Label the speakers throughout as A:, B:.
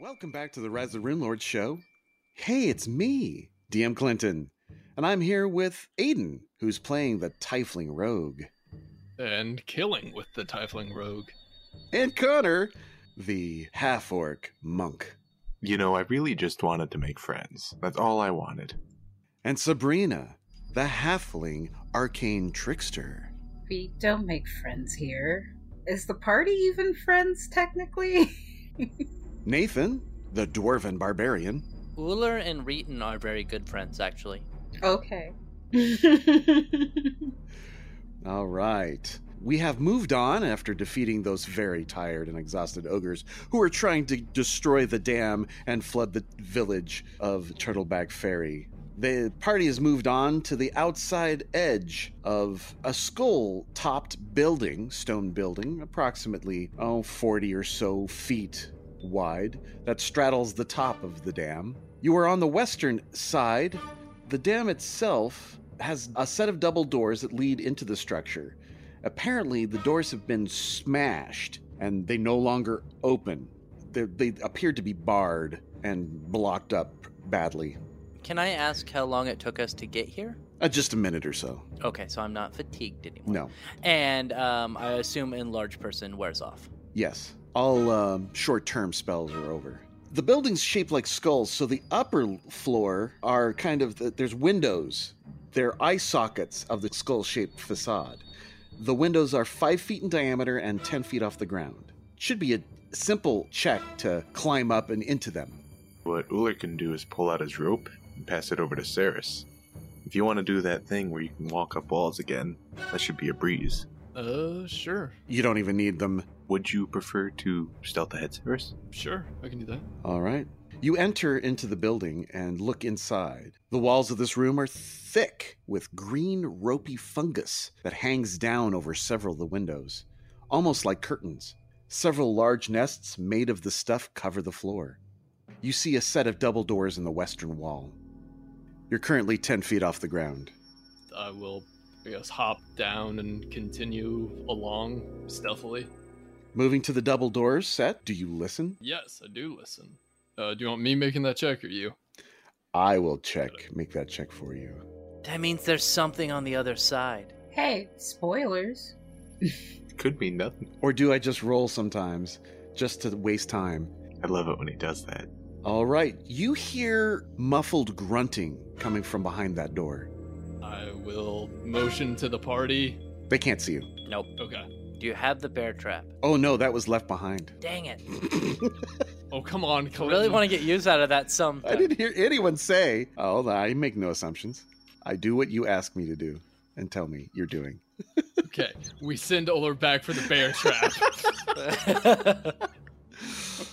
A: Welcome back to the Rise of the Rune Lord show. Hey, it's me, DM Clinton, and I'm here with Aiden, who's playing the Tifling Rogue,
B: and killing with the Tifling Rogue.
A: and Connor, the half orc monk,
C: You know, I really just wanted to make friends. That's all I wanted.
A: and Sabrina, the halfling arcane trickster.
D: We don't make friends here. Is the party even friends technically?
A: Nathan, the dwarven barbarian,
E: Uller and Reeton are very good friends, actually.
D: okay.
A: All right. We have moved on after defeating those very tired and exhausted ogres who are trying to destroy the dam and flood the village of Turtleback Ferry. The party has moved on to the outside edge of a skull topped building, stone building, approximately oh, 40 or so feet wide, that straddles the top of the dam. You are on the western side the dam itself has a set of double doors that lead into the structure. Apparently, the doors have been smashed and they no longer open. They, they appear to be barred and blocked up badly.
E: Can I ask how long it took us to get here?
A: Uh, just a minute or so.
E: Okay, so I'm not fatigued anymore.
A: No.
E: And um, I assume enlarged person wears off.
A: Yes. All um, short term spells are over. The building's shaped like skulls, so the upper floor are kind of the, there's windows. They're eye sockets of the skull shaped facade. The windows are five feet in diameter and 10 feet off the ground. Should be a simple check to climb up and into them.
C: What Uller can do is pull out his rope and pass it over to Saris. If you want to do that thing where you can walk up walls again, that should be a breeze.
B: Uh, sure,
A: You don't even need them
C: Would you prefer to stealth ahead, Saris?
B: sure, I can do that.
A: All right. You enter into the building and look inside. The walls of this room are thick with green, ropey fungus that hangs down over several of the windows, almost like curtains. Several large nests made of the stuff cover the floor. You see a set of double doors in the western wall. You're currently 10 feet off the ground.
B: I will, I guess, hop down and continue along stealthily.
A: Moving to the double doors set, do you listen?
B: Yes, I do listen. Uh, do you want me making that check or you?
A: I will check, make that check for you.
E: That means there's something on the other side.
D: hey, spoilers.
C: Could be nothing.
A: Or do I just roll sometimes just to waste time?
C: I love it when he does that.
A: All right, you hear muffled grunting coming from behind that door.
B: I will motion to the party.
A: They can't see you.
E: Nope.
B: Okay.
E: Do you have the bear trap?
A: Oh no, that was left behind.
E: Dang it.
B: Oh, come on,
E: I
B: Clinton.
E: really want to get use out of that some.
A: I didn't hear anyone say. Oh, I make no assumptions. I do what you ask me to do and tell me you're doing.
B: Okay, we send Oler back for the bear trap.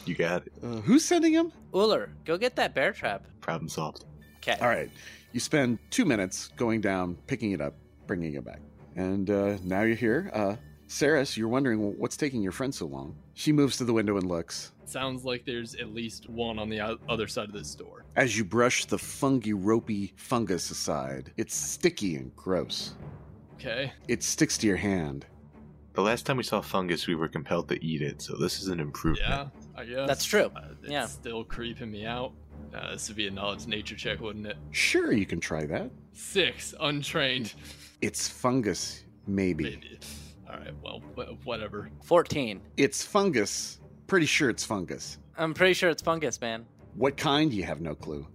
C: You got it.
A: Uh, who's sending him?
E: Uller, go get that bear trap.
C: Problem solved.
E: Okay.
A: All right, you spend two minutes going down, picking it up, bringing it back, and uh, now you're here. Uh, Saris, you're wondering well, what's taking your friend so long. She moves to the window and looks.
B: Sounds like there's at least one on the o- other side of this door.
A: As you brush the fungi, ropey fungus aside, it's sticky and gross.
B: Okay.
A: It sticks to your hand.
C: The last time we saw fungus, we were compelled to eat it, so this is an improvement.
B: Yeah, I guess.
E: That's true.
B: Uh, it's
E: Yeah.
B: still creeping me out. Uh, this would be a knowledge nature check, wouldn't it?
A: Sure, you can try that.
B: Six, untrained.
A: It's fungus, maybe.
B: Maybe. All right. Well, wh- whatever.
E: 14.
A: It's fungus. Pretty sure it's fungus.
E: I'm pretty sure it's fungus, man.
A: What kind? You have no clue.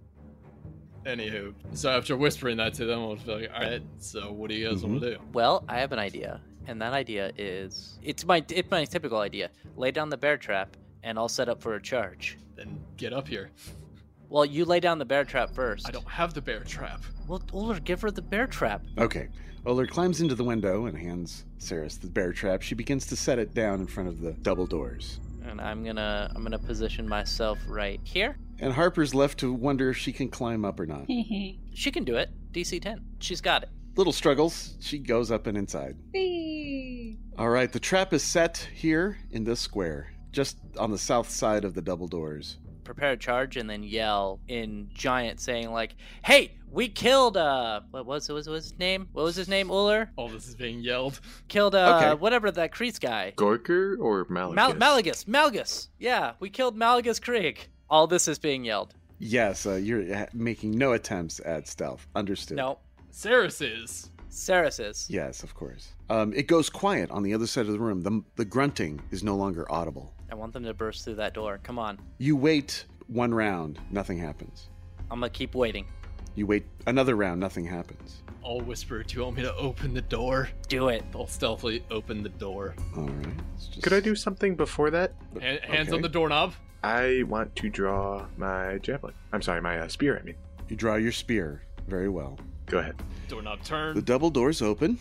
B: Anywho, so after whispering that to them, I was like, "All right, so what do you guys want to do?"
E: Well, I have an idea, and that idea is it's my it's my typical idea. Lay down the bear trap, and I'll set up for a charge.
B: Then get up here.
E: Well, you lay down the bear trap first.
B: I don't have the bear trap.
E: Well, Uller, give her the bear trap.
A: Okay. Oler climbs into the window and hands Saris the bear trap. She begins to set it down in front of the double doors.
E: And I'm gonna I'm gonna position myself right here.
A: And Harper's left to wonder if she can climb up or not.
E: She can do it. DC 10. She's got it.
A: Little struggles. She goes up and inside.
D: Whee!
A: All right, the trap is set here in this square, just on the south side of the double doors.
E: Prepare a charge and then yell in giant, saying like, "Hey, we killed uh what was what was, what was his name? What was his name? Uller
B: All this is being yelled.
E: killed uh
A: Okay.
E: whatever that crease guy."
C: Gorker or Malachus?
E: Mal- Malagus, Malagus. Yeah, we killed Malagus Creek. All this is being yelled.
A: Yes, uh, you're ha- making no attempts at stealth. Understood.
E: No,
B: Saris is.
E: Saris is.
A: Yes, of course. Um, it goes quiet on the other side of the room. The, the grunting is no longer audible.
E: I want them to burst through that door. Come on.
A: You wait one round, nothing happens.
E: I'm gonna keep waiting.
A: You wait another round, nothing happens.
B: I'll whisper, Do you want me to open the door?
E: Do it.
B: I'll stealthily open the door.
A: All right. let's just-
C: Could I do something before that?
B: Han- Hands on
A: Okay.
B: the doorknob.
C: I want to draw my javelin. I'm sorry, my uh, spear, I mean.
A: You draw your spear very well.
C: Go ahead.
B: Doorknob
A: The
B: turn.
A: double doors open.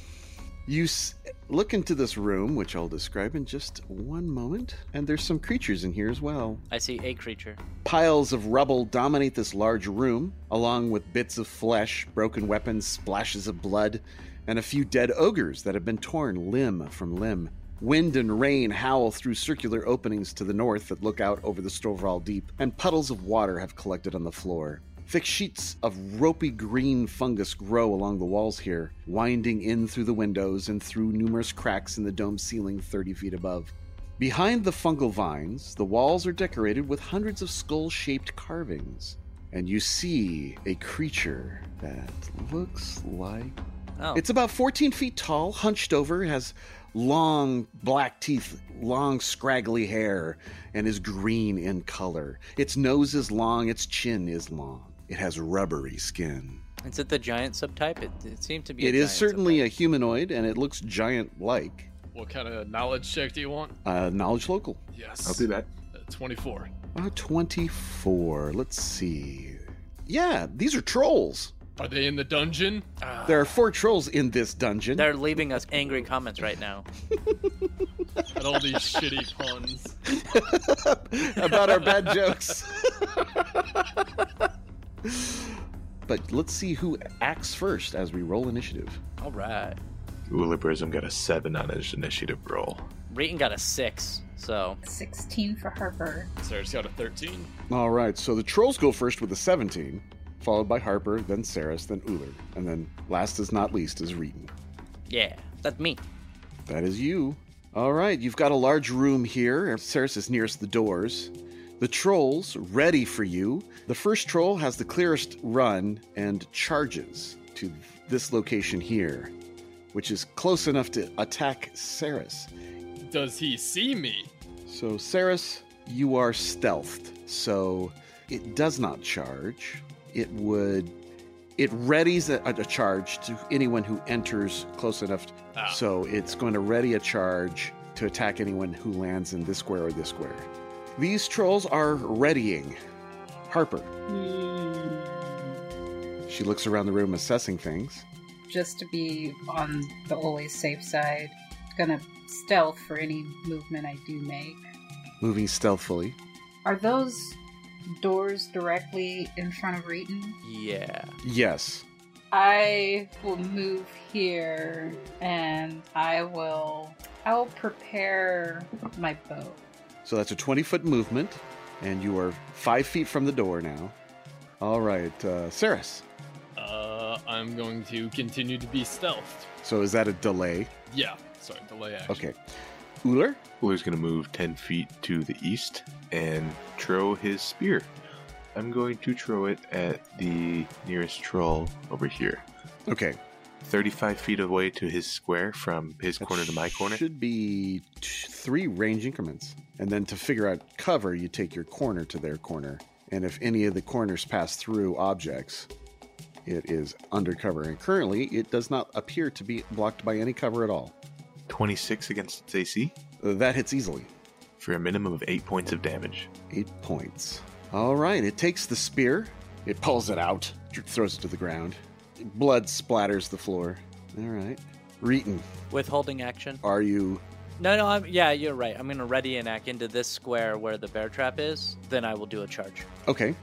A: You s- look into this room, which I'll describe in just one moment, and there's some creatures in here as well.
E: I see a creature.
A: Piles of rubble dominate this large room, along with bits of flesh, broken weapons, splashes of blood, and a few dead ogres that have been torn limb from limb. Wind and rain howl through circular openings to the north that look out over the Stovall Deep, and puddles of water have collected on the floor. Thick sheets of ropey green fungus grow along the walls here, winding in through the windows and through numerous cracks in the dome ceiling 30 feet above. Behind the fungal vines, the walls are decorated with hundreds of skull shaped carvings, and you see a creature that looks like.
E: Oh,
A: It's about 14 feet tall, hunched over, has long black teeth, long scraggly hair, and is green in color. Its nose is long, its chin is long. It has rubbery skin.
E: is it the giant subtype? It, it seemed to be.
A: It
E: a
A: is
E: giant
A: certainly
E: subtype.
A: a humanoid, and it looks giant like.
B: What kind of knowledge check do you want?
A: Uh, knowledge local.
B: Yes.
C: I'll do that.
B: Uh, 24.
A: Uh, 24. Let's see. Yeah, these are trolls.
B: Are they in the dungeon?
A: There are four trolls in this dungeon.
E: They're leaving us angry comments right now.
B: At all these shitty puns.
A: about our bad jokes. but let's see who acts first as we roll initiative.
E: All right.
C: Ulibrism got a 7 on his initiative roll.
E: Reeton got a six, so
D: 16 for Harper.
B: Saris got a 13.
A: All right, so the trolls go first with a 17, followed by Harper, then Saris, then Uller, and then last is not least is Reeton.
E: yeah, that's me.
A: That is you. All right, you've got a large room here. Ceres is nearest the doors. The trolls ready for you. The first troll has the clearest run and charges to this location here, which is close enough to attack Ceres.
B: Does he see me?
A: So, Ceres, you are stealthed, so it does not charge. It would. It readies a, a charge to anyone who enters close enough.
B: Ah.
A: So, it's going to ready a charge to attack anyone who lands in this square or this square. These trolls are readying. Harper. She looks around the room assessing things.
D: Just to be on the always safe side. Gonna stealth for any movement I do make.
A: Moving stealthily.
D: Are those doors directly in front of Reeton?
E: Yeah.
A: Yes.
D: I will move here and I will I will prepare my bow.
A: So that's a 20 foot movement, and you are five feet from the door now. All right, uh, Saris.
B: Uh, I'm going to continue to be stealthed.
A: So is that a delay?
B: Yeah. Sorry, delay action.
A: Okay. Uller?
C: Uller's going to move 10 feet to the east and throw his spear. I'm going to throw it at the nearest troll over here.
A: Okay.
C: 35 feet away to his square from his
A: That
C: corner to my corner.
A: Should be t- three range increments. And then to figure out cover, you take your corner to their corner. And if any of the corners pass through objects, it is undercover. And currently, it does not appear to be blocked by any cover at all.
C: 26 against its AC
A: Uh, That hits easily.
C: for a minimum of 8 points of damage.
A: Eight points. All right, it takes the spear, it pulls it out, tr- throws it to the ground. Blood splatters the floor. All right. Reeton,
E: Withholding action.
A: are you.
E: No, no, I'm, yeah, you're right. I'm gonna ready an act into this square where the bear trap is. Then I will do a charge.
A: Okay.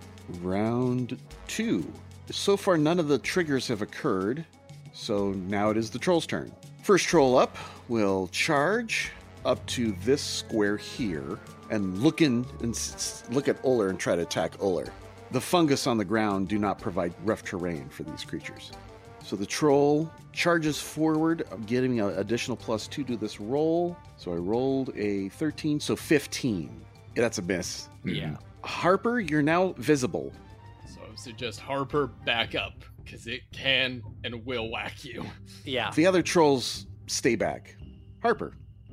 A: Round two. So far, none of the triggers have occurred, so now it is the troll's turn. First troll up will charge up to this square here and look in and s- s- look at Uller and try to attack Uller. The fungus on the ground do not provide rough terrain for these creatures. So the troll charges forward, getting an additional plus two to this roll. So I rolled a 13, so 15. That's a miss.
E: Yeah.
A: Harper, you're now visible.
B: So I suggest Harper back up because it can and will whack you.
E: Yeah.
A: The other trolls stay back. Harper,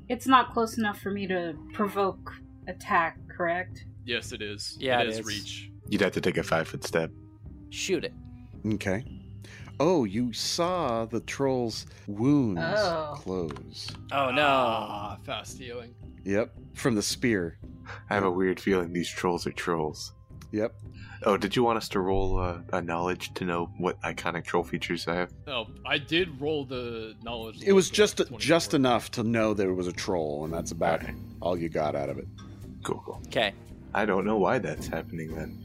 D: It's not close enough for me to provoke attack, correct?
B: Yes, it is.
E: Yeah,
B: it
E: it
B: is,
E: is.
B: reach.
C: You'd have to take a five foot step.
E: Shoot it.
A: Okay. Oh, you saw the troll's wounds
D: Oh.
A: close.
E: Oh no.
B: Ah, fast healing.
A: Yep. From the spear.
C: I have a weird feeling these trolls are trolls.
A: Yep.
C: Oh, did you want us to roll uh, a knowledge to know what iconic troll features I have?
B: Oh, I did roll the knowledge.
A: It was
B: local
A: just
B: 24.
A: just enough to know there was a troll, and that's about all you got out of it.
C: Cool, cool.
E: Okay.
C: I don't know why that's happening then.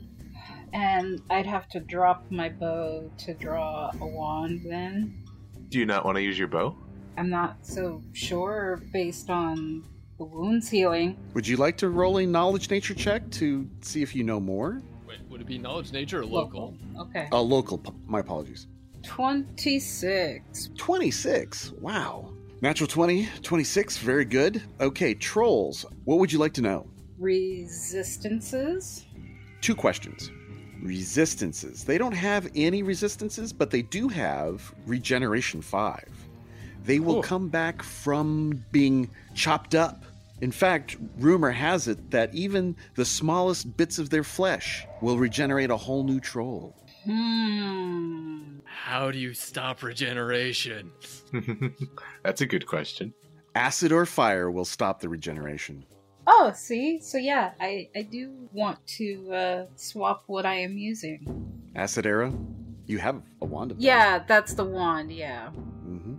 D: And I'd have to drop my bow to draw a wand then.
C: Do you not want to use your bow?
D: I'm not so sure based on the wounds healing.
A: Would you like to roll a knowledge nature check to see if you know more?
B: Wait, would it be knowledge nature or local?
D: Okay.
A: Uh, local. p- My apologies.
D: 26.
A: 26. Wow. Natural 20, 26. Very good. Okay, trolls. What would you like to know?
D: Resistances?
A: two questions resistances they don't have any resistances but they do have regeneration 5 they will
B: Cool.
A: come back from being chopped up in fact rumor has it that even the smallest bits of their flesh will regenerate a whole new troll
D: Hmm.
B: How do you stop regeneration?
C: that's a good question.
A: acid or fire will stop the regeneration
D: Oh, see? So yeah, I, I do want to uh, swap what I am using.
A: acid arrow you have a wand of
D: Yeah, that's the wand, yeah.
A: hmm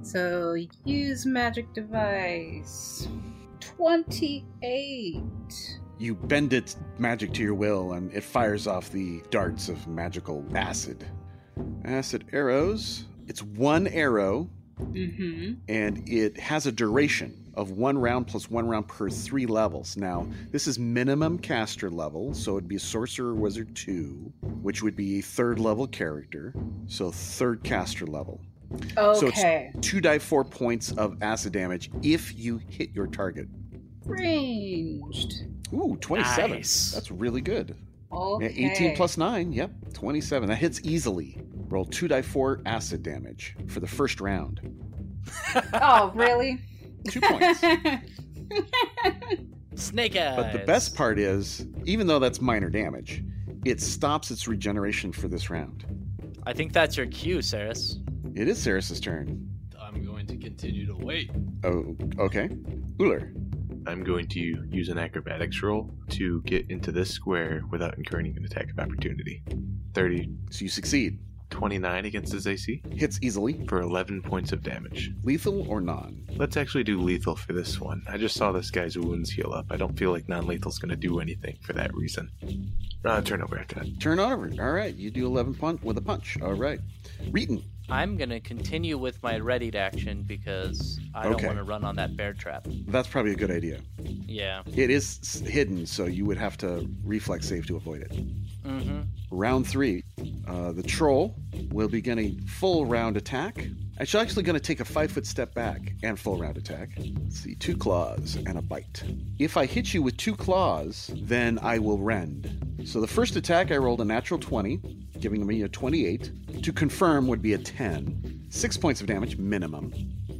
D: So use magic device. 28.
A: you bend its magic to your will and it fires off the darts of magical acid. Acid arrows. It's one arrow
D: Mm-hmm.
A: and it has a duration of one round plus one round per three levels. Now, this is minimum caster level, so it'd be Sorcerer Wizard 2, which would be third level character, so third caster level. So it's-
D: Okay.
A: Two die four points of acid damage if you hit your target.
D: Ranged.
A: Ooh, 27.
E: Nice.
A: That's really good. Yeah,
D: Okay.
A: 18 plus 9, yep, 27. That hits easily. Roll 2 die 4 acid damage for the first round.
D: Oh, really?
A: Two points.
E: Snake eyes.
A: But the best part is, even though that's minor damage, it stops its regeneration for this round.
E: I think that's your cue, Saris.
A: It is Saris's turn.
B: I'm going to continue to wait.
A: Oh, okay. Uller.
C: I'm going to use an acrobatics roll to get into this square without incurring an attack of opportunity. 30,
A: So you succeed.
C: 29 against his AC
A: Hits easily.
C: for 11 points of damage.
A: Lethal or non?
C: Let's actually do lethal for this one. I just saw this guy's wounds heal up. I don't feel like non lethal's going to do anything for that reason. Uh, turnover after that.
A: Turn over. All right. You do 11 punch with a punch. All right. Reeton.
E: I'm gonna continue with my readied action because I
A: Okay.
E: don't want to run on that bear trap.
A: That's probably a good idea.
E: Yeah.
A: It is s- hidden, so you would have to reflex save to avoid it.
E: Mm-hmm.
A: round three, uh, the troll will begin a full round attack. And she's actually going to take a five foot step back and full round attack. Let's see, two claws and a bite. If I hit you with two claws, then I will rend. So the first attack, I rolled a natural 20, giving me a 28. To confirm would be a 10. Six points of damage minimum.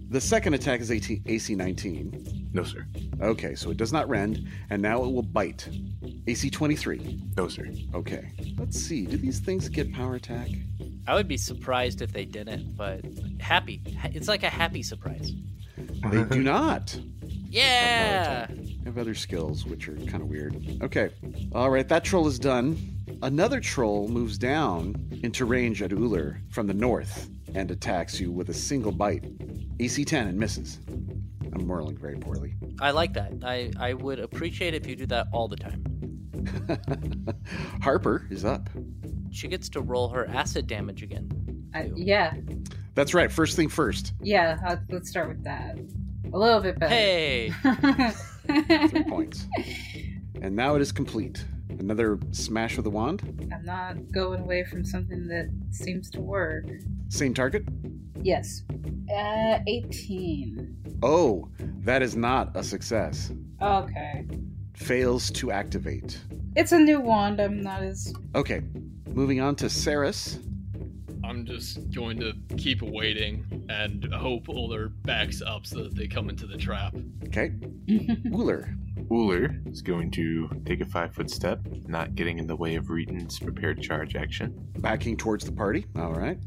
A: The second attack is 18, AC 19.
C: No, sir.
A: Okay, so it does not rend, and now it will bite. AC 23.
C: No, sir.
A: Okay. Let's see. Do these things get power attack?
E: I would be surprised if they didn't, but happy. Ha- It's like a happy surprise.
A: They do not.
E: Yeah.
A: I have other skills, which are kind of weird. Okay. All right. That troll is done. Another troll moves down into range at Uller from the north and attacks you with a single bite. AC 10 and misses. I'm whirling very poorly.
E: I like that. I I would appreciate if you do that all the time.
A: Harper is up.
E: She gets to roll her acid damage again.
D: I, yeah,
A: That's right. First thing first.
D: yeah. I'll, let's start with that. A little bit better.
E: Hey.
A: Three points. And now it is complete. Another smash with the wand.
D: I'm not going away from something that seems to work.
A: Same target.
D: Yes. Uh, 18.
A: Oh, that is not a success.
D: Okay.
A: fails to activate.
D: It's a new wand. I'm not as
A: Okay, moving on to Saris.
B: I'm just going to keep waiting and hope all their backs up so that they come into the trap.
A: Okay, Wooler.
C: Wooler is going to take a five foot step, not getting in the way of Reeton's prepared charge action.
A: Backing towards the party. All right.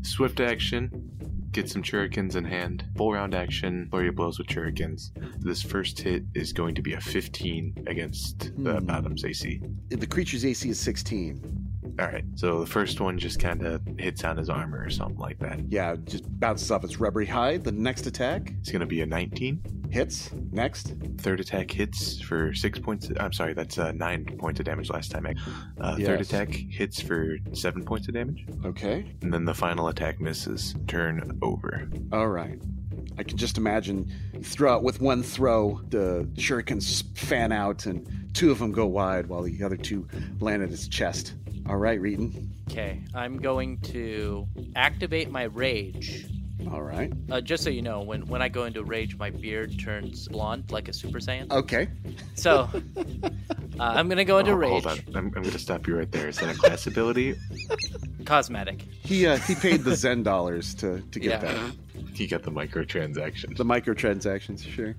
C: Swift action, get some shurikens in hand. Full round action, flurry of blows with shurikens. This first hit is going to be a 15 against uh, the
A: Hmm.
C: bottom's AC.
A: The creature's AC is 16.
C: All right, so the first one just kind of hits on his armor or something like that.
A: Yeah, just bounces off its rubbery hide. The next attack
C: It's going to be a 19.
A: hits. Next.
C: Third attack hits for six points. I'm sorry, that's uh, nine points of damage last time. Uh, Third
A: Yes.
C: attack hits for seven points of damage.
A: Okay.
C: And then the final attack misses. Turn over.
A: All right. I can just imagine you throw out with one throw, the shurikens fan out, and two of them go wide while the other two land at its chest. All right, Reeton.
E: Okay, I'm going to activate my rage.
A: All right.
E: Uh, just so you know, when, when I go into rage, my beard turns blonde like a Super Saiyan.
A: Okay.
E: So uh, I'm gonna go into
C: Oh,
E: rage.
C: Hold on. I'm, I'm going to stop you right there. Is that a class ability?
E: Cosmetic.
A: He uh, he paid the Zen dollars to to get
E: Yeah.
A: that.
C: He got the microtransaction.
A: The microtransactions, sure.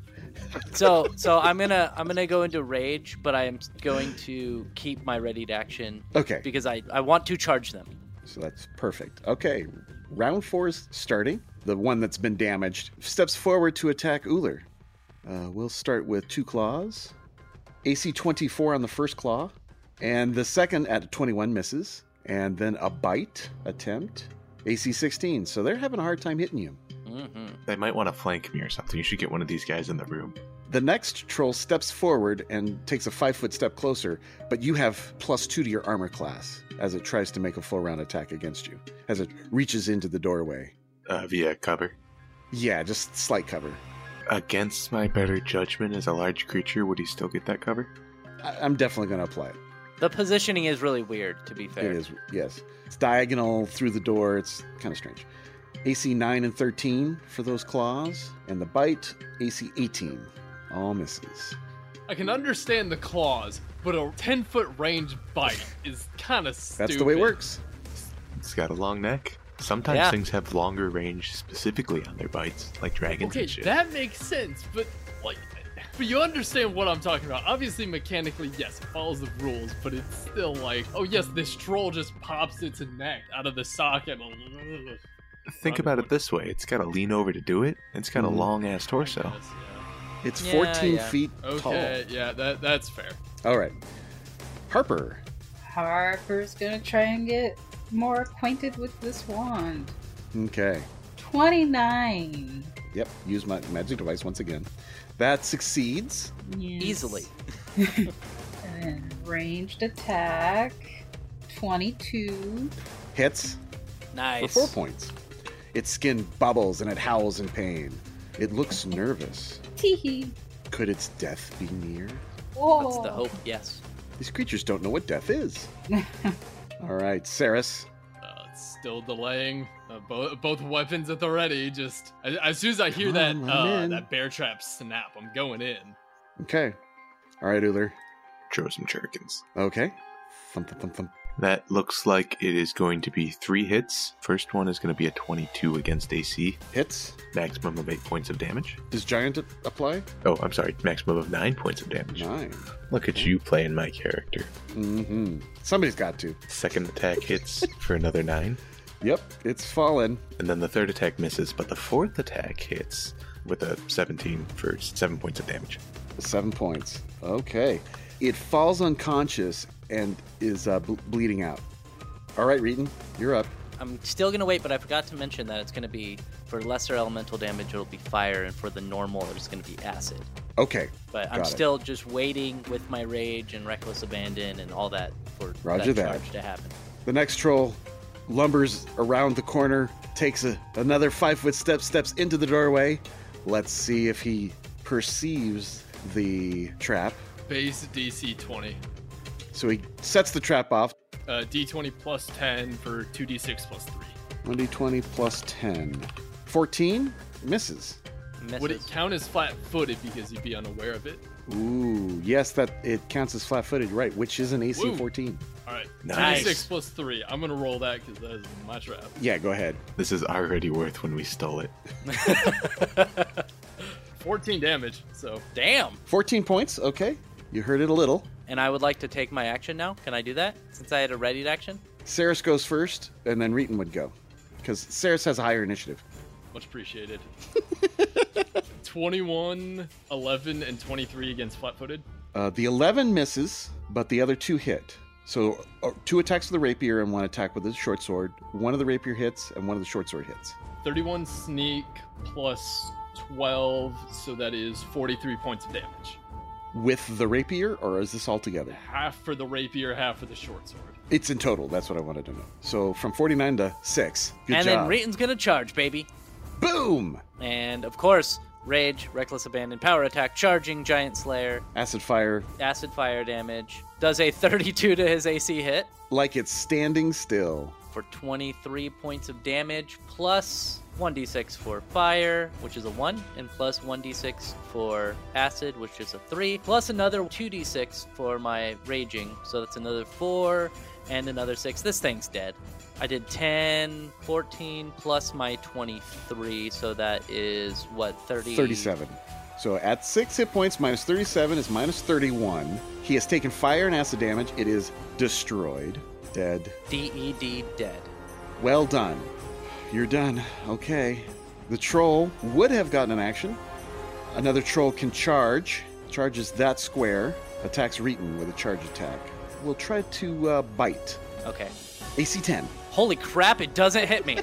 E: So so I'm gonna I'm gonna go into rage, but I am going to keep my ready to action
A: Okay.
E: because I I want to charge them.
A: So that's perfect. Okay, round four is starting. The one that's been damaged steps forward to attack Uller. Uh, we'll start with two claws. AC 24 on the first claw, and the second at 21 misses, and then a bite attempt. AC 16, so they're having a hard time hitting you.
E: hmm
C: They might want to flank me or something. You should get one of these guys in the room.
A: The next troll steps forward and takes a five foot step closer, but you have plus two to your armor class as it tries to make a full round attack against you, as it reaches into the doorway.
C: Uh, via cover.
A: Yeah, just slight cover.
C: Against my better judgment, as a large creature, would he still get that cover?
A: I- I'm definitely going to apply it.
E: The positioning is really weird, to be fair.
A: It is, yes. It's diagonal through the door. It's kind of strange. AC 9 and 13 for those claws, and the bite, AC 18. All misses.
B: I can understand the claws, but a 10 foot range bite is kind of stupid.
A: That's the way it works.
C: It's got a long neck. Sometimes
E: Yeah.
C: things have longer range specifically on their bites, like dragons
B: Okay,
C: and shit.
B: that makes sense, but like, but you understand what I'm talking about. Obviously, mechanically, yes, it follows the rules, but it's still like, oh yes, this troll just pops its neck out of the socket.
C: Think about it this way it's got to lean over to do it, and it's got
B: Mm-hmm.
A: Mhm.
C: a long ass torso.
A: It's
E: Yeah,
A: 14
E: yeah.
A: feet
B: Okay, yeah, that that's fair.
A: tall. All right. Harper.
D: Harper's gonna try and get more acquainted with this wand.
A: Okay.
D: 29.
A: Yep. Use my magic device once again. That succeeds.
D: Yes.
E: Easily.
D: And then ranged attack. 22.
A: Hits. for
E: Nice.
A: four points. Its skin bubbles and it howls in pain. It looks nervous.
D: Teehee.
A: Could its death be near?
D: Oh.
E: That's the hope. Yes.
A: These creatures don't know what death is. All right, Saris.
B: Uh, it's still delaying. Uh, both both weapons at the ready. Just as, as soon as I hear
A: Come
B: that
A: on, I'm
B: uh,
A: in.
B: that bear trap snap, I'm going in.
A: Okay. All right, Uller.
C: Throw some shurikens.
A: Okay. Thump, thump, thump, thump.
C: That looks like it is going to be three hits. First one is going to be a 22 against AC,
A: Hits.
C: maximum of eight points of damage.
A: Does giant a- apply?
C: Oh, I'm sorry, maximum of nine points of damage.
A: Nine.
C: Look at you playing my character.
A: Mm-hmm. Somebody's got to.
C: Second attack hits for another nine,
A: Yep. It's fallen.
C: and then the third attack misses, but the fourth attack hits with a 17 for seven points of damage.
A: Seven points. Okay. It falls unconscious and is uh, bl- bleeding out. All right, Reeton, you're up.
E: I'm still gonna wait, but I forgot to mention that it's gonna be for lesser elemental damage, it'll be fire, and for the normal, it's gonna be acid.
A: Okay.
E: But I'm
A: Got it.
E: still just waiting with my rage and reckless abandon and all that for
A: Roger
E: that
A: that.
E: charge to happen.
A: The next troll lumbers around the corner, takes a, another five foot step, steps into the doorway. Let's see if he perceives the trap.
B: Base DC 20.
A: So he sets the trap off.
B: Uh, D20 plus 10 for 2D6 plus 3.
A: 1d20 plus 10. 14 misses.
E: Misses.
B: Would it count as flat footed because you'd be unaware of it?
A: Ooh, yes, that it counts as flat footed, right? Which is an AC
B: Woo.
A: 14.
B: All right,
C: Nice.
B: 26 plus three. I'm gonna roll that because that is my trap.
A: Yeah, go ahead.
C: This is already worth when we stole it.
B: 14 damage. So
E: Damn.
A: 14 points, okay. You heard it a little.
E: And I would like to take my action now. Can I do that? Since I had a readied action?
A: Saris goes first, and then Reeton would go. Because Saris has a higher initiative.
B: much appreciated. 21, 11, and 23 against flat-footed.
A: Uh, the 11 misses, but the other two hit. So uh, two attacks with the rapier and one attack with the short sword. One of the rapier hits, and one of the short sword hits.
B: 31 sneak plus 12, so that is 43 points of damage.
A: With the rapier, or is this all together?
B: Half for the rapier, half for the short sword.
A: It's in total. That's what I wanted to know. So from 49 to 6. Good
E: and
A: job.
E: then Reeton's gonna charge, baby.
A: Boom!
E: And of course, rage, reckless abandon, power attack, charging, giant slayer,
A: Acid fire,
E: acid fire damage. Does a 32 to his AC hit
A: like it's standing still.
E: for 23 points of damage, plus 1d6 for fire, which is a 1, and plus 1d6 for acid, which is a 3, plus another 2d6 for my raging. So that's another 4 and another 6. This thing's dead. I did 10, 14, plus my 23, so that is what, 30?
A: 37. So at 6 hit points, minus 37 is minus 31. He has taken fire and acid damage. It is destroyed. Dead.
E: DED E dead.
A: Well done. You're done. Okay. The troll would have gotten an action. Another troll can charge, charges that square, attacks Reeton with a charge attack. We'll try to uh, bite.
E: Okay.
A: AC 10.
E: Holy crap, it doesn't hit me.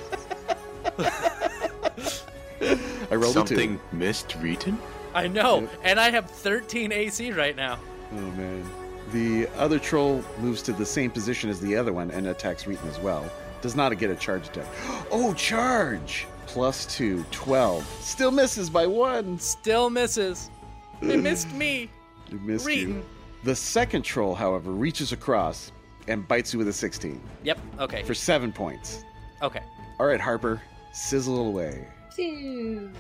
A: I rolled
C: Something
A: a 2.
C: missed Reeton?
E: I know,
A: Yep.
E: and I have 13 AC right now.
A: Oh, man. The other troll moves to the same position as the other one and attacks Reeton as well. Does not get a charge attack. Oh, charge! Plus 2, 12. Still misses by 1.
E: Still misses. It missed me.
A: You missed
E: Reeton.
A: you. The second troll, however, reaches across and bites you with a 16
E: Yep. Okay.
A: for seven points.
E: Okay.
A: All right, Harper, sizzle it away.
D: Two.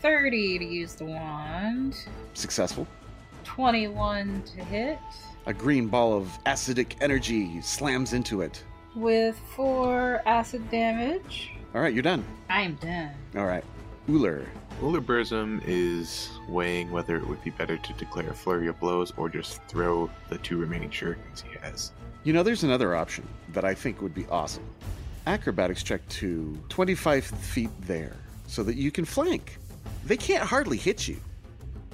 D: 30 to use the wand.
A: Successful.
D: 21 to hit.
A: A green ball of acidic energy slams into it.
D: With 4 acid damage.
A: All right, you're done.
D: I am done.
A: All right, Uller.
C: Uliburism is weighing whether it would be better to declare a flurry of blows or just throw the two remaining shurikens he has.
A: You know, there's another option that I think would be awesome. Acrobatics check to 25 feet there so that you can flank. They can't hardly hit you.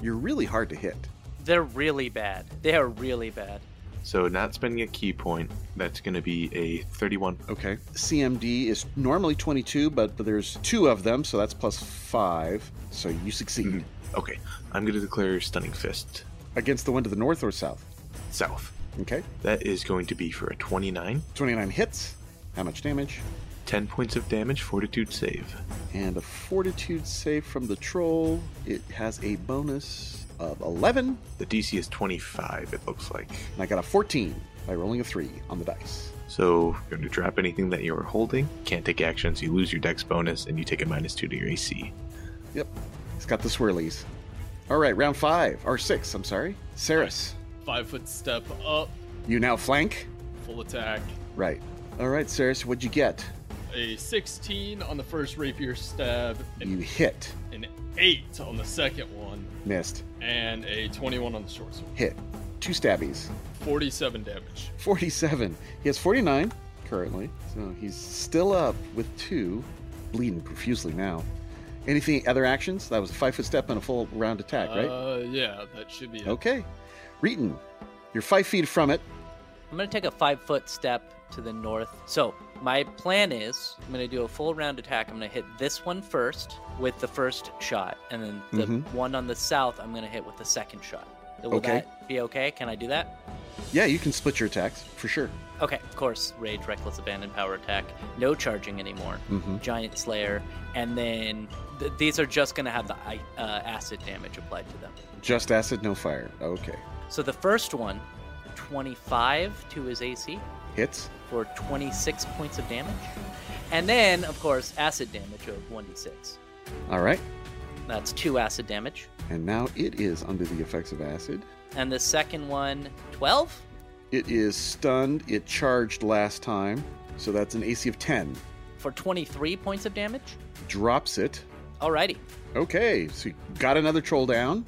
A: You're really hard to hit.
E: They're really bad. They are really bad.
C: So, not spending a key point, that's going to be a 31.
A: Okay. CMD is normally 22, but there's two of them, so that's plus five. So you succeed.
C: Mhm. Okay, I'm going to declare Stunning Fist
A: Against the one to the north or south.
C: South.
A: Okay.
C: That is going to be for a 29,
A: 29 hits. How much damage?
C: 10 points of damage, Fortitude save.
A: And a fortitude save from the troll. It has a bonus of 11.
C: The DC is 25, it looks like.
A: And I got a 14 by rolling a 3 on the dice.
C: So, you're going to drop anything that you're holding, can't take actions, you lose your dex bonus, and you take a minus 2 to your AC.
A: Yep. It's got the swirlies. All right, round five, or six, I'm sorry. Saris,
B: Five foot step up,
A: you now flank.
B: full attack.
A: Right. All right, Saris, what'd you get?
B: A 16 on the first rapier stab,
A: You
B: and
A: hit.
B: an 8 on the second one,
A: Missed.
B: and a 21 on the short sword.
A: Hit. Two stabbies.
B: 47 damage.
A: 47. He has 49 currently, so he's still up with two, bleeding profusely now. Anything other actions? That was a five foot step and a full round attack, right?
B: Uh, yeah, that should be it.
A: okay. Reeton, you're five feet from it.
E: I'm gonna take a five foot step to the north. So my plan is I'm gonna do a full round attack. I'm gonna hit this one first with the first shot, and then the
A: Mhm.
E: one on the south I'm gonna hit with the second shot. Will
A: Okay.
E: that be okay? Can I do that?
A: Yeah, you can split your attacks for sure.
E: Okay, of course. Rage, reckless abandon, power attack. No charging anymore.
A: Mm-hmm.
E: Giant Slayer, and then th- these are just going to have the i- uh, acid damage applied to them.
A: Just acid, no fire. Okay.
E: So the first one, 25 to his AC
A: Hits.
E: for 26 points of damage. And then, of course, acid damage of 1d6.
A: All right.
E: That's two acid damage.
A: And now it is under the effects of acid.
E: And the second one, 12?
A: It is stunned. It charged last time, so that's an AC of 10.
E: For 23 points of damage?
A: Drops it.
E: Alrighty.
A: Okay, so you got another troll down.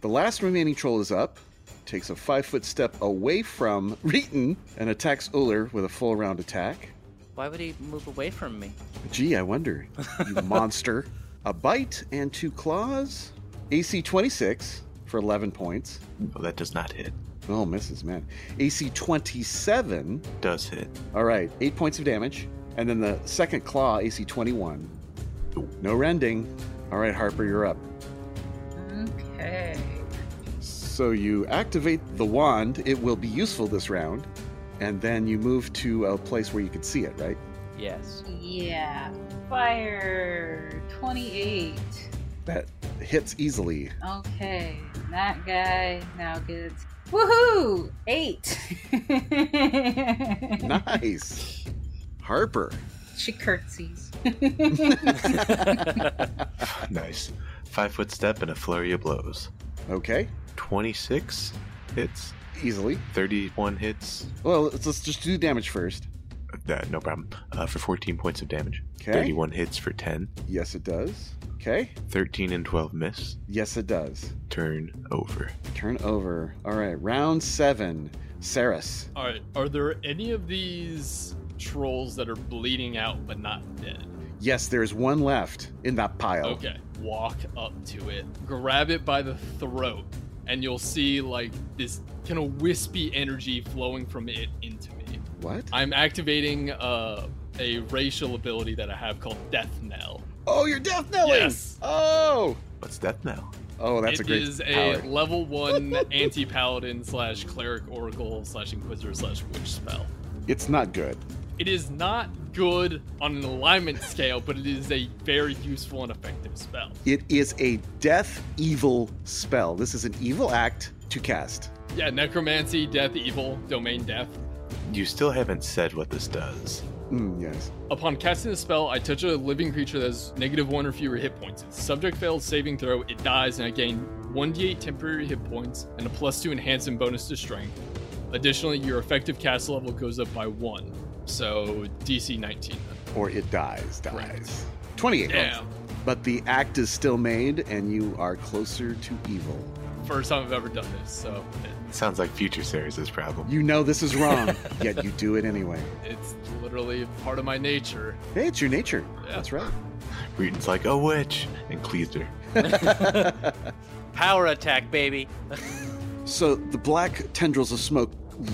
A: The last remaining troll is up, takes a five foot step away from Reeton, and attacks Uller with a full round attack.
E: Why would he move away from me?
A: Gee, I wonder. You monster. A bite and two claws. AC 26 for 11 points.
C: Oh, that does not hit.
A: Oh, misses, man. AC 27.
C: Does hit.
A: All right, eight points of damage. And then the second claw, AC 21. No rending. All right, Harper, you're up.
D: Okay.
A: So you activate the wand. It will be useful this round. And then you move to a place where you can see it, right?
E: Yes.
D: Yeah. Fire 28.
A: That hits easily.
D: Okay. That guy now gets. Woohoo! Eight.
A: Nice. Harper.
D: She curtsies.
C: nice. Five foot step and a flurry of blows.
A: Okay,
C: 26 hits.
A: easily.
C: 31 hits.
A: Well, let's, let's just do damage first.
C: Uh, no problem. Uh, for 14 points of damage.
A: Okay.
C: 31 hits for 10.
A: Yes, it does. Okay.
C: 13 and 12 miss.
A: Yes, it does.
C: Turn over.
A: Turn over. All right, round seven. Saris.
B: All right. Are there any of these trolls that are bleeding out but not dead?
A: Yes, there's one left in that pile.
B: Okay. Walk up to it, grab it by the throat, and you'll see like this kind of wispy energy flowing from it into me.
A: What?
B: I'm activating uh, a racial ability that I have called Death Knell.
A: Oh, you're death knelling.
B: Yes.
A: Oh.
C: What's death now?
A: Oh, that's a
B: It
A: great
B: is
A: power.
B: a level one anti-paladin slash cleric oracle slash inquisitor slash witch spell.
A: It's not good.
B: It is not good on an alignment scale, but it is a very useful and effective spell.
A: It is a death evil spell. This is an evil act to cast.
B: Yeah, necromancy, death, evil, domain death.
C: You still haven't said what this does.
A: Mm, yes.
B: Upon casting the spell, I touch a living creature that has negative one or fewer hit points. If the subject fails saving throw, it dies, and I gain 1d8 temporary hit points and a plus two enhance and bonus to strength. Additionally, your effective cast level goes up by one, so DC 19.
A: Or it dies. Dies.
B: Correct.
A: 28.
B: Damn,
A: But the act is still made, and you are closer to evil.
B: first time I've ever done this, so
C: Sounds like future Ceres' problem.
A: You know this is wrong, yet you do it anyway.
B: it's literally part of my nature.
A: Hey, it's your nature.
B: Yeah.
A: That's right.
C: Reeton's like, a witch! And cleaved her.
E: Power attack, baby.
A: So the black tendrils of smoke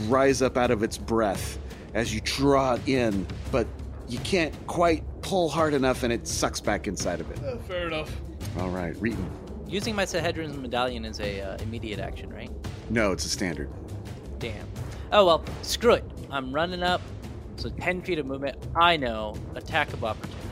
A: rise up out of its breath as you draw it in, but you can't quite pull hard enough and it sucks back inside of it.
B: Eh, fair enough.
A: All right, Reeton.
E: Using my Sahedron's medallion is a uh, immediate action, right?
A: No, it's a standard.
E: Damn. Oh well, screw it. I'm running up, so 10 feet of movement. I know. Attack of opportunity.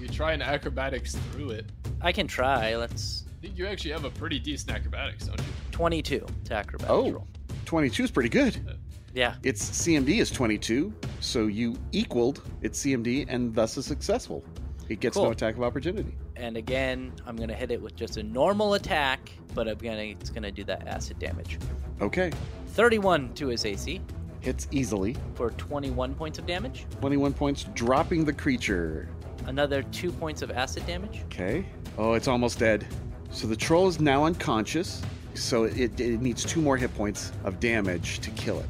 B: You could try an acrobatics through it.
E: I can try. Let's.
B: I think you actually have a pretty decent acrobatics, don't you?
E: 22 to acrobatics
A: Oh.
E: roll.
A: 22 is pretty good.
E: Yeah.
A: Its CMD is 22, so you equaled its CMD and thus is successful. It gets no
E: Cool.
A: attack of opportunity.
E: And again, I'm gonna hit it with just a normal attack, but I'm gonna it's gonna do that acid damage.
A: Okay.
E: 31 to his AC
A: Hits easily.
E: for 21 points of damage.
A: 21 points, dropping the creature.
E: Another two points of acid damage.
A: Okay. Oh, it's almost dead. So the troll is now unconscious. So it, it needs two more hit points of damage to kill it.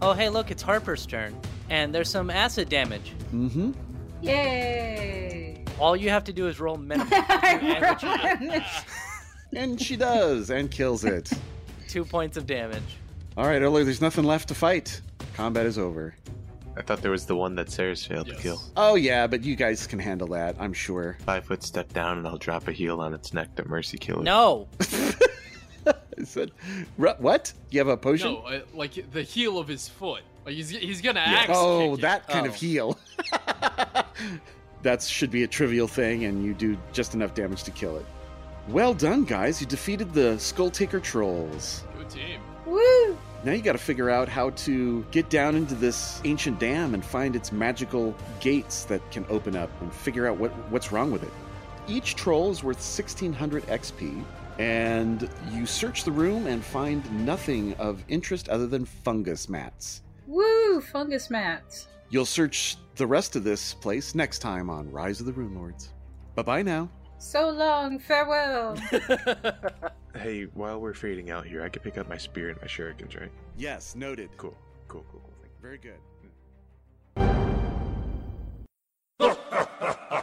E: Oh hey, look, it's Harper's turn, and there's some acid damage.
A: Mm-hmm.
D: Yay!
E: All you have to do is roll minimum
D: I
A: And she does, and kills it.
E: two points of damage.
A: All right, Oler, there's nothing left to fight. Combat is over.
C: I thought there was the one that Ceres failed
B: Yes.
C: to kill.
A: Oh yeah, but you guys can handle that, I'm sure.
C: Five foot step down and I'll drop a heel on its neck to mercy kill it.
E: No,
A: I said, "Ru- what? You have a potion?
B: No, uh, like the heel of his foot. Like he's he's gonna
C: Yeah.
B: axe.
A: oh,
B: kick it.
A: that kind
E: Oh.
A: of heal. that should be a trivial thing, and you do just enough damage to kill it. Well done, guys. You defeated the Skull Taker trolls.
B: Good team.
D: Woo!
A: Now you got to figure out how to get down into this ancient dam and find its magical gates that can open up and figure out what, what's wrong with it. Each troll is worth 1600 XP, And you search the room and find nothing of interest other than fungus mats.
D: Woo! Fungus mats.
A: You'll search the rest of this place next time on Rise of the Rune Lords. Bye bye now.
D: So long, farewell.
C: Hey, while we're fading out here, I could pick up my spear and my shurikens, right?
A: Yes, noted.
C: Cool, cool, cool, cool. Thank you.
A: Very good.